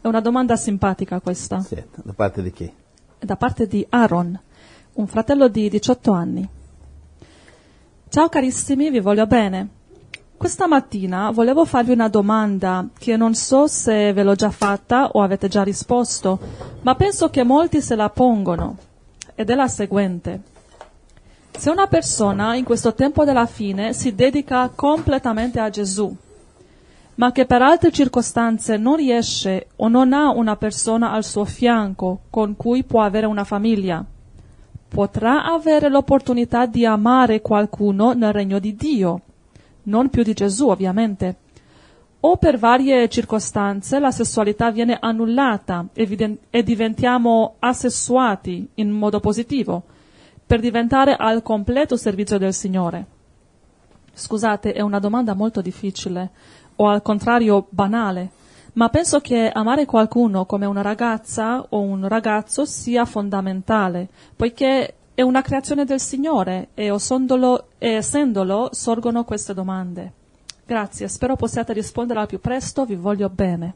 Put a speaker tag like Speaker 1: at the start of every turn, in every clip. Speaker 1: È una domanda simpatica questa,
Speaker 2: Certo, da parte di chi?
Speaker 1: da parte di Aaron, un fratello di 18 anni. Ciao carissimi, vi voglio bene. Questa mattina volevo farvi una domanda che non so se ve l'ho già fatta o avete già risposto, ma penso che molti se la pongono. Ed è la seguente. Se una persona in questo tempo della fine si dedica completamente a Gesù, ma che per altre circostanze non riesce o non ha una persona al suo fianco con cui può avere una famiglia. Potrà avere l'opportunità di amare qualcuno nel regno di Dio, non più di Gesù ovviamente. O per varie circostanze la sessualità viene annullata eviden- e diventiamo asessuati in modo positivo, per diventare al completo servizio del Signore. Scusate, è una domanda molto difficile, o al contrario banale, ma penso che amare qualcuno come una ragazza o un ragazzo sia fondamentale, poiché è una creazione del Signore e, osondolo- e essendolo sorgono queste domande. Grazie, spero possiate rispondere al più presto, vi voglio bene.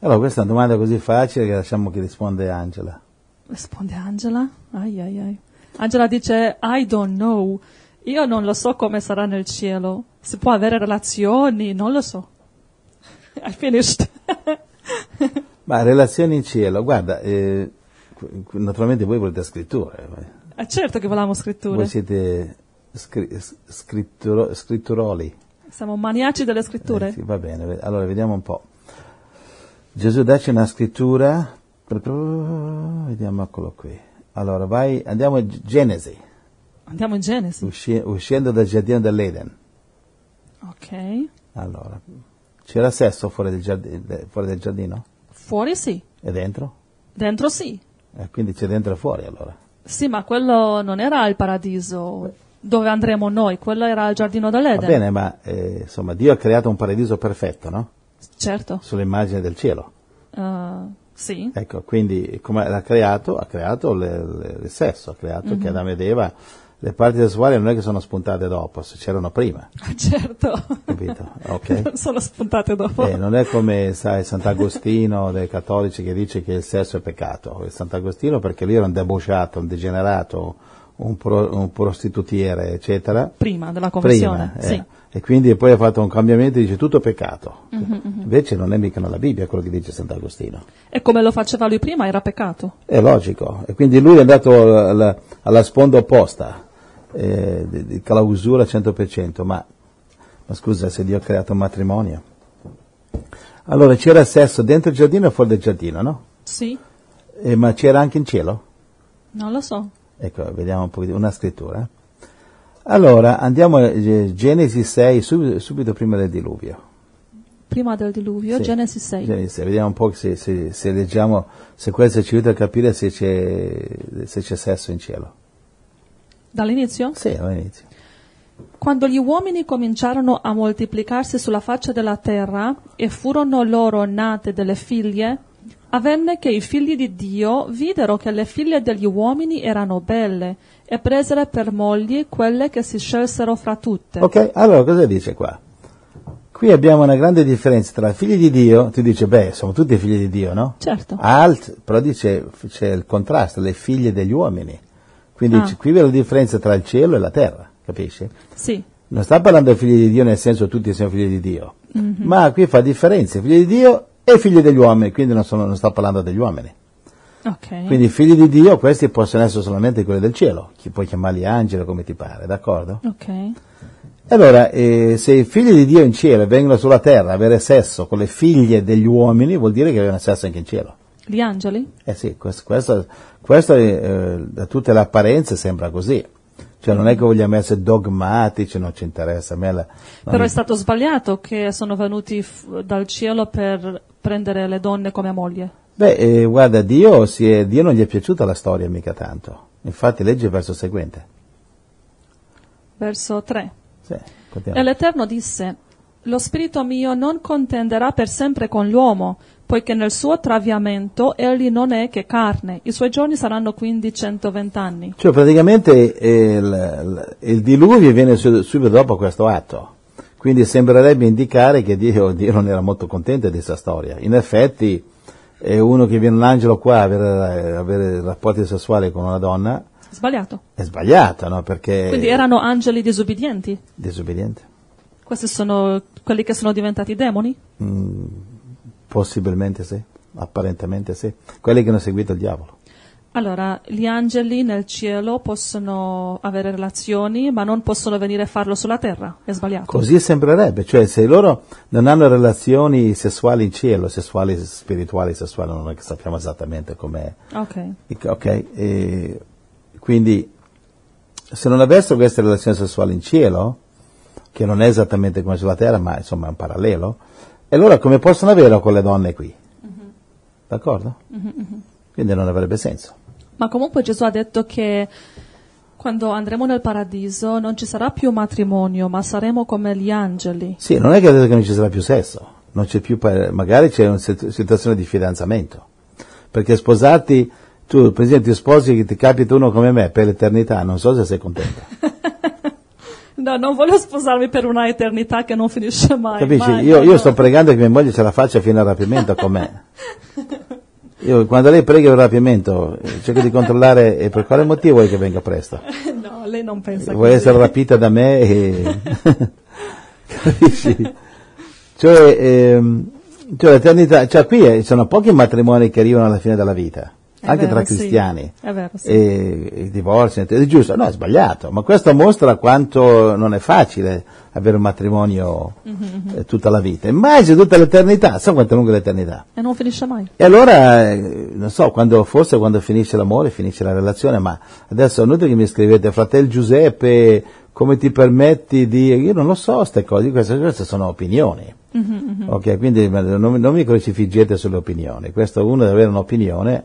Speaker 2: Allora, questa è una domanda così facile che lasciamo che risponde Angela.
Speaker 1: Risponde Angela. Ai, ai, ai. Angela dice: I don't know. Io non lo so come sarà nel cielo. Si può avere relazioni? Non lo so. I finished.
Speaker 2: Ma relazioni in cielo, guarda, eh, qu- qu- naturalmente voi volete scritture, voi-
Speaker 1: Eh, certo che volevamo scritture.
Speaker 2: voi siete scri- s- scritturo- scritturoli.
Speaker 1: Siamo maniaci delle
Speaker 2: Eh,
Speaker 1: scritture.
Speaker 2: sì, va bene, ve- allora vediamo un po'. Gesù dacci una scrittura, vediamo eccolo qui. Allora vai, andiamo a G- Genesi,
Speaker 1: Andiamo in Genesi.
Speaker 2: usci- uscendo dal giardino dell'Eden.
Speaker 1: Ok.
Speaker 2: Allora, c'era sesso fuori del, giardi- de- fuori del giardino?
Speaker 1: Fuori sì.
Speaker 2: E dentro?
Speaker 1: Dentro sì.
Speaker 2: Eh, quindi c'è dentro e fuori allora.
Speaker 1: Sì, ma quello non era il paradiso dove andremo noi. Quello era il giardino
Speaker 2: Va
Speaker 1: dell'Eden.
Speaker 2: bene, ma eh, insomma Dio ha creato un paradiso perfetto, no?
Speaker 1: Certo.
Speaker 2: Sull'immagine del cielo.
Speaker 1: Eh, sì.
Speaker 2: Ecco, quindi come l'ha creato? Ha creato le- le- il sesso, ha creato che Adamo ed Eva, le parti sessuali non è che sono spuntate dopo, se c'erano prima,
Speaker 1: Certo.
Speaker 2: capito? Eh. Ok?
Speaker 1: Non sono spuntate dopo.
Speaker 2: Eh, non è come, sai, Sant'Agostino dei cattolici che dice che il sesso è peccato. E Sant'Agostino perché lui era un debosciato, un degenerato, un, pro- un prostitutiere, eccetera.
Speaker 1: Prima della
Speaker 2: Prima,
Speaker 1: conversione.
Speaker 2: eh.
Speaker 1: Sì.
Speaker 2: E quindi poi ha fatto un cambiamento e dice tutto è peccato. Invece non è mica nella Bibbia quello che dice Sant'Agostino.
Speaker 1: E come lo faceva lui prima era peccato.
Speaker 2: È logico. E quindi lui è andato alla, alla sponda opposta, eh, di, di clausura 100%. Ma, ma scusa, se Dio ha creato un matrimonio. Allora c'era sesso dentro il giardino e fuori dal giardino, no?
Speaker 1: Sì,
Speaker 2: Eh, ma c'era anche in cielo?
Speaker 1: non lo so.
Speaker 2: Ecco, vediamo un po' una scrittura. Allora, andiamo a eh, Genesi 6, sub- subito prima del diluvio.
Speaker 1: Prima del diluvio,
Speaker 2: Sì.
Speaker 1: Genesi 6.
Speaker 2: Genesi sei. Vediamo un po' se, se- se leggiamo, se questo ci aiuta a capire se c'è, se c'è sesso in cielo.
Speaker 1: Dall'inizio?
Speaker 2: Sì, all'inizio.
Speaker 1: Quando gli uomini cominciarono a moltiplicarsi sulla faccia della terra e furono loro nate delle figlie, avvenne che i figli di Dio videro che le figlie degli uomini erano belle e presero per mogli quelle che si scelsero fra tutte.
Speaker 2: Ok, allora cosa dice qua? Qui abbiamo una grande differenza tra figli di Dio, ti dice, beh, sono tutti figli di Dio, no?
Speaker 1: Certo.
Speaker 2: Alt, però dice, c'è il contrasto, le figlie degli uomini. Quindi
Speaker 1: Ah.
Speaker 2: c- qui vede la differenza tra il cielo e la terra, capisci?
Speaker 1: Sì,
Speaker 2: Non sta parlando di figli di Dio nel senso tutti siamo figli di Dio, ma qui fa differenza, figli di Dio e figli degli uomini, quindi non, sono- non sta parlando degli uomini.
Speaker 1: ok.
Speaker 2: Quindi figli di Dio, questi possono essere solamente quelli del cielo, chi puoi chiamarli angelo come ti pare, d'accordo?
Speaker 1: Ok.
Speaker 2: Allora, eh, se i figli di Dio in cielo vengono sulla terra a avere sesso con le figlie degli uomini, vuol dire che avevano sesso anche in cielo.
Speaker 1: Gli angeli?
Speaker 2: Eh sì, questo, questo, questo, eh, da tutte le apparenze sembra così. Cioè non è che vogliamo essere dogmatici, non ci interessa. A me la, non
Speaker 1: Però
Speaker 2: mi-
Speaker 1: è stato sbagliato che sono venuti f- dal cielo per prendere le donne come moglie.
Speaker 2: Beh, eh, guarda, Dio, si è- Dio non gli è piaciuta la storia mica tanto. Infatti legge il verso seguente.
Speaker 1: Verso 3.
Speaker 2: Sì,
Speaker 1: E
Speaker 2: continuiamo.
Speaker 1: l'Eterno disse, lo spirito mio non contenderà per sempre con l'uomo, poiché nel suo traviamento egli non è che carne, i suoi giorni saranno quindi 120 anni.
Speaker 2: Cioè praticamente eh, il, il- il diluvio viene su- subito dopo questo atto, quindi sembrerebbe indicare che Dio, Dio non era molto contento di questa storia. In effetti e uno che viene l'angelo qua a avere, avere rapporti sessuali con una donna
Speaker 1: Sbagliato.
Speaker 2: è sbagliato, no? Perché
Speaker 1: Quindi erano angeli disobbedienti.
Speaker 2: disobbediente.
Speaker 1: Questi sono quelli che sono diventati demoni.
Speaker 2: Possibilmente sì, apparentemente sì. Quelli che hanno seguito il diavolo.
Speaker 1: Allora, gli angeli nel cielo possono avere relazioni, ma non possono venire a farlo sulla terra. È sbagliato.
Speaker 2: Così sembrerebbe, cioè se loro non hanno relazioni sessuali in cielo, sessuali, spirituali, sessuali, non è che sappiamo esattamente com'è.
Speaker 1: Ok.
Speaker 2: Ok, e quindi se non avessero queste relazioni sessuali in cielo, che non è esattamente come sulla terra, ma insomma è un parallelo, e allora come possono averlo con le donne qui? D'accordo? Quindi non avrebbe senso.
Speaker 1: Ma comunque Gesù ha detto che quando andremo nel paradiso non ci sarà più matrimonio, ma saremo come gli angeli.
Speaker 2: Sì, non è che adesso che non ci sarà più sesso, non c'è più, pa- magari c'è una situ- situazione di fidanzamento, perché sposarti, tu per esempio ti sposi che ti capita uno come me per l'eternità, non so se sei contento.
Speaker 1: No, non voglio sposarmi per una eternità che non finisce mai.
Speaker 2: Capisci?
Speaker 1: mai,
Speaker 2: Io,
Speaker 1: mai,
Speaker 2: io
Speaker 1: no.
Speaker 2: sto pregando che mia moglie ce la faccia fino al rapimento con me. Io, quando lei prega il rapimento, eh, cerco di controllare eh, per quale motivo vuoi che venga presto.
Speaker 1: No, lei non pensa
Speaker 2: Vuoi
Speaker 1: così.
Speaker 2: essere rapita da me e... Capisci? Cioè, ehm, cioè, l'eternità, cioè qui eh, sono pochi matrimoni che arrivano alla fine della vita,
Speaker 1: È
Speaker 2: anche
Speaker 1: vero,
Speaker 2: tra
Speaker 1: sì.
Speaker 2: cristiani.
Speaker 1: È vero, sì.
Speaker 2: E, e divorzi, è giusto, no, è sbagliato, ma questo mostra quanto non è facile avere un matrimonio
Speaker 1: Mhm,
Speaker 2: eh, tutta la vita. Immagini tutta l'eternità, so quanto è lunga l'eternità.
Speaker 1: E non finisce mai.
Speaker 2: E allora, eh, non so, quando, forse quando finisce l'amore finisce la relazione, ma adesso è inutile che mi scrivete, fratello Giuseppe, come ti permetti di... Io non lo so, queste cose, queste, queste sono opinioni.
Speaker 1: Mm-hmm,
Speaker 2: Ok, quindi ma non, non mi crocifiggete sulle opinioni, questo uno deve avere un'opinione,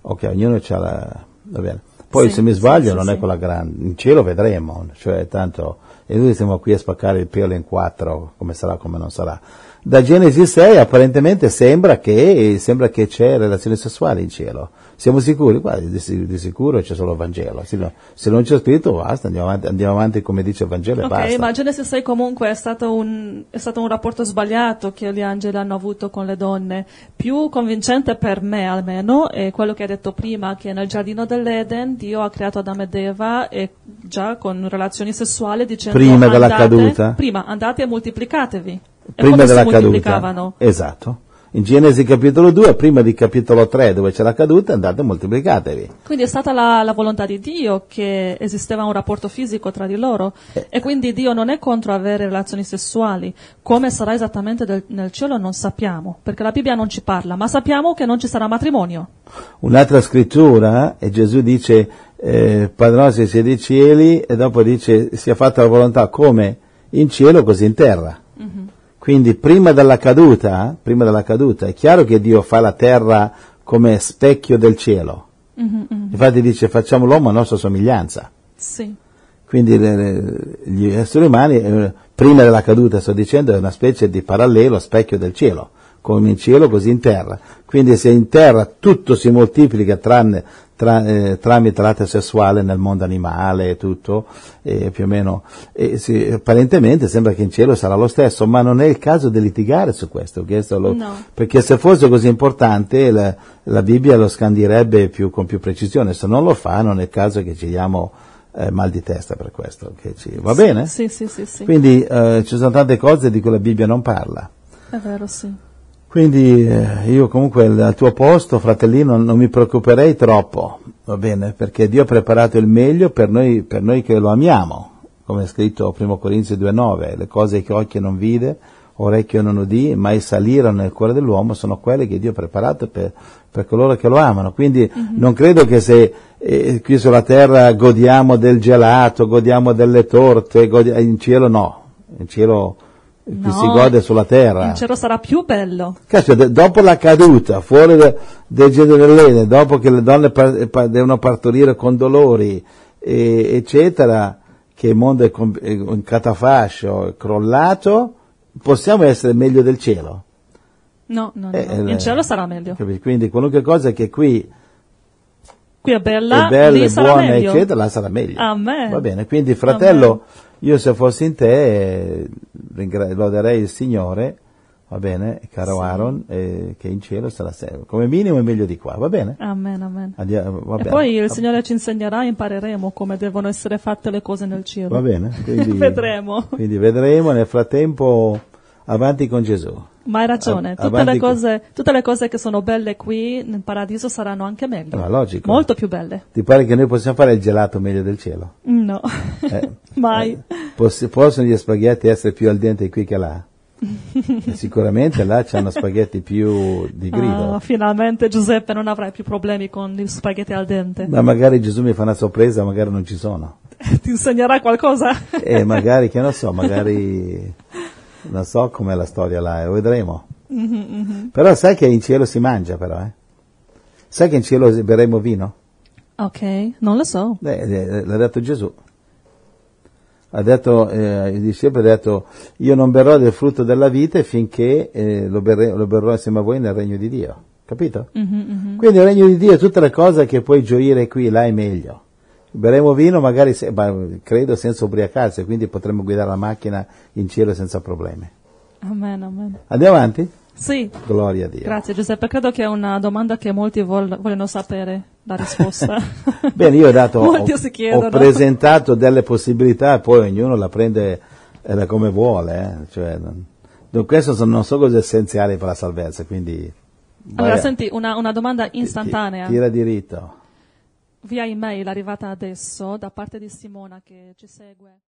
Speaker 2: ok, ognuno ha la... va bene. Poi
Speaker 1: Mm-hmm. Sì,
Speaker 2: se mi
Speaker 1: sì,
Speaker 2: sbaglio
Speaker 1: sì,
Speaker 2: non
Speaker 1: sì.
Speaker 2: è quella grande, in cielo vedremo, cioè tanto, e noi siamo qui a spaccare il pelo in quattro, come sarà, come non sarà. Da Genesi 6 apparentemente sembra che, sembra che c'è relazione sessuale in cielo. Siamo sicuri? Guarda, di, si- di sicuro c'è solo il Vangelo. Se, no- se non c'è scritto basta, andiamo avanti, andiamo avanti come dice il Vangelo e
Speaker 1: Ok,
Speaker 2: basta.
Speaker 1: ma Genesi 6 comunque è stato, un, è stato un rapporto sbagliato che gli angeli hanno avuto con le donne. Più convincente per me almeno è quello che hai detto prima, che nel giardino dell'Eden Dio ha creato Adamo ed Eva e già con relazioni sessuali dicendo
Speaker 2: Prima della
Speaker 1: andate-
Speaker 2: caduta.
Speaker 1: Prima, andate e moltiplicatevi. E
Speaker 2: prima
Speaker 1: come
Speaker 2: della
Speaker 1: si
Speaker 2: caduta.
Speaker 1: moltiplicavano?
Speaker 2: Esatto. In Genesi capitolo 2, prima di capitolo 3 dove c'è la caduta, andate e moltiplicatevi.
Speaker 1: Quindi è stata la, la volontà di Dio che esisteva un rapporto fisico tra di loro
Speaker 2: Eh.
Speaker 1: e quindi Dio non è contro avere relazioni sessuali. Come sarà esattamente del- nel cielo non sappiamo, perché la Bibbia non ci parla, ma sappiamo che non ci sarà matrimonio.
Speaker 2: Un'altra scrittura, e Gesù dice, eh, Padre nostro sia dei cieli, e dopo dice, sia fatta la volontà come in cielo, così in terra. Quindi prima della caduta, prima della caduta, è chiaro che Dio fa la terra come specchio del cielo.
Speaker 1: Mm-hmm,
Speaker 2: Infatti dice, facciamo l'uomo a nostra somiglianza.
Speaker 1: Sì.
Speaker 2: Quindi le- le- gli esseri umani, eh, prima della caduta, sto dicendo, è una specie di parallelo specchio del cielo, come in cielo così in terra. Quindi se in terra tutto si moltiplica tranne, tra- eh, tramite l'atto sessuale nel mondo animale e tutto, eh, più o meno, eh, sì, apparentemente sembra che in cielo sarà lo stesso, ma non è il caso di litigare su questo, questo lo-
Speaker 1: No.
Speaker 2: perché se fosse così importante la, la Bibbia lo scandirebbe più- con più precisione, se non lo fa non è il caso che ci diamo eh, mal di testa per questo. che ci- va bene?
Speaker 1: Sì, sì, sì, sì.
Speaker 2: Quindi eh, ci sono tante cose di cui la Bibbia non parla.
Speaker 1: È vero, sì.
Speaker 2: Quindi eh, io comunque al al tuo posto, fratellino, non mi preoccuperei troppo, va bene? Perché Dio ha preparato il meglio per noi, per noi che lo amiamo, come è scritto a 1 Corinzi 2,9, le cose che occhio non vide, orecchio non udì, mai salirono nel cuore dell'uomo, sono quelle che Dio ha preparato per, per coloro che lo amano. Quindi non credo che se eh, qui sulla terra godiamo del gelato, godiamo delle torte, godi- in cielo no, in cielo... eh, Chi
Speaker 1: No.
Speaker 2: si gode sulla terra.
Speaker 1: Il cielo sarà più bello.
Speaker 2: Cazzo, de- dopo la caduta, fuori de- del generellene, dopo che le donne par- pa- devono partorire con dolori, e- eccetera, che il mondo è com- è un catafascio, è crollato, possiamo essere meglio del cielo.
Speaker 1: No, no, no.
Speaker 2: Eh, eh,
Speaker 1: no. In cielo sarà meglio.
Speaker 2: Capisci? Quindi qualunque cosa che qui
Speaker 1: Qui è bella,
Speaker 2: è bella,
Speaker 1: lì
Speaker 2: è
Speaker 1: sarà
Speaker 2: buona,
Speaker 1: meglio.
Speaker 2: eccetera, la sarà meglio.
Speaker 1: Amen.
Speaker 2: Va bene, quindi fratello, io se fossi in te eh, ringra- loderei il Signore, Va bene, caro Aaron, eh, che in cielo sarà sempre. Come minimo è meglio di qua, va bene?
Speaker 1: Amen, amen.
Speaker 2: Andiamo, Ah, va
Speaker 1: E
Speaker 2: bene.
Speaker 1: poi il Signore ci insegnerà e impareremo come devono essere fatte le cose nel cielo.
Speaker 2: Va bene, quindi,
Speaker 1: Vedremo.
Speaker 2: Quindi vedremo nel frattempo avanti con Gesù.
Speaker 1: Ma hai ragione,
Speaker 2: Av-
Speaker 1: tutte
Speaker 2: avanti
Speaker 1: le,
Speaker 2: con-
Speaker 1: cose, tutte le cose che sono belle qui nel paradiso saranno anche meglio.
Speaker 2: Ma Ah, logico.
Speaker 1: Molto più belle. Mm,
Speaker 2: Ti pare che noi possiamo fare il gelato meglio del cielo?
Speaker 1: No, mai.
Speaker 2: Poss- Eh, possono gli spaghetti essere più al dente qui che là? E sicuramente là c'hanno spaghetti più di grido.
Speaker 1: Ah, finalmente Giuseppe non avrai più problemi con gli spaghetti al dente.
Speaker 2: Ma magari Gesù mi fa una sorpresa, magari non ci sono.
Speaker 1: Ti insegnerà qualcosa?
Speaker 2: E magari, che non so, magari non so com'è la storia là, eh, vedremo.
Speaker 1: Mm-hmm,
Speaker 2: Però sai che in cielo si mangia però, eh? Sai che in cielo berremo vino?
Speaker 1: ok, non lo so.
Speaker 2: Eh, eh, l'ha detto Gesù. Ha detto, eh, i discepoli ha detto, io non berrò del frutto della vite finché eh, lo, berre- lo berrò insieme a voi nel regno di Dio. Capito? Quindi il regno di Dio è tutta la cosa che puoi gioire qui, là è meglio. Berremo vino magari, se- ma credo, senza ubriacarsi, quindi potremo guidare la macchina in cielo senza problemi.
Speaker 1: Amen, amen.
Speaker 2: Andiamo avanti?
Speaker 1: Sì,
Speaker 2: Gloria a Dio.
Speaker 1: grazie Giuseppe. Credo che è una domanda che molti vol- vogliono sapere la risposta.
Speaker 2: Bene, io ho dato, ho,
Speaker 1: Molti si chiedono.
Speaker 2: ho presentato delle possibilità, poi ognuno la prende eh, come vuole. eh, cioè, non- dunque, questo so- non so cosa è essenziale per la salvezza, quindi vai
Speaker 1: Allora,
Speaker 2: a-
Speaker 1: senti, una, una domanda
Speaker 2: ti-
Speaker 1: istantanea.
Speaker 2: tira diritto.
Speaker 1: Via email arrivata adesso da parte di Simona che ci segue.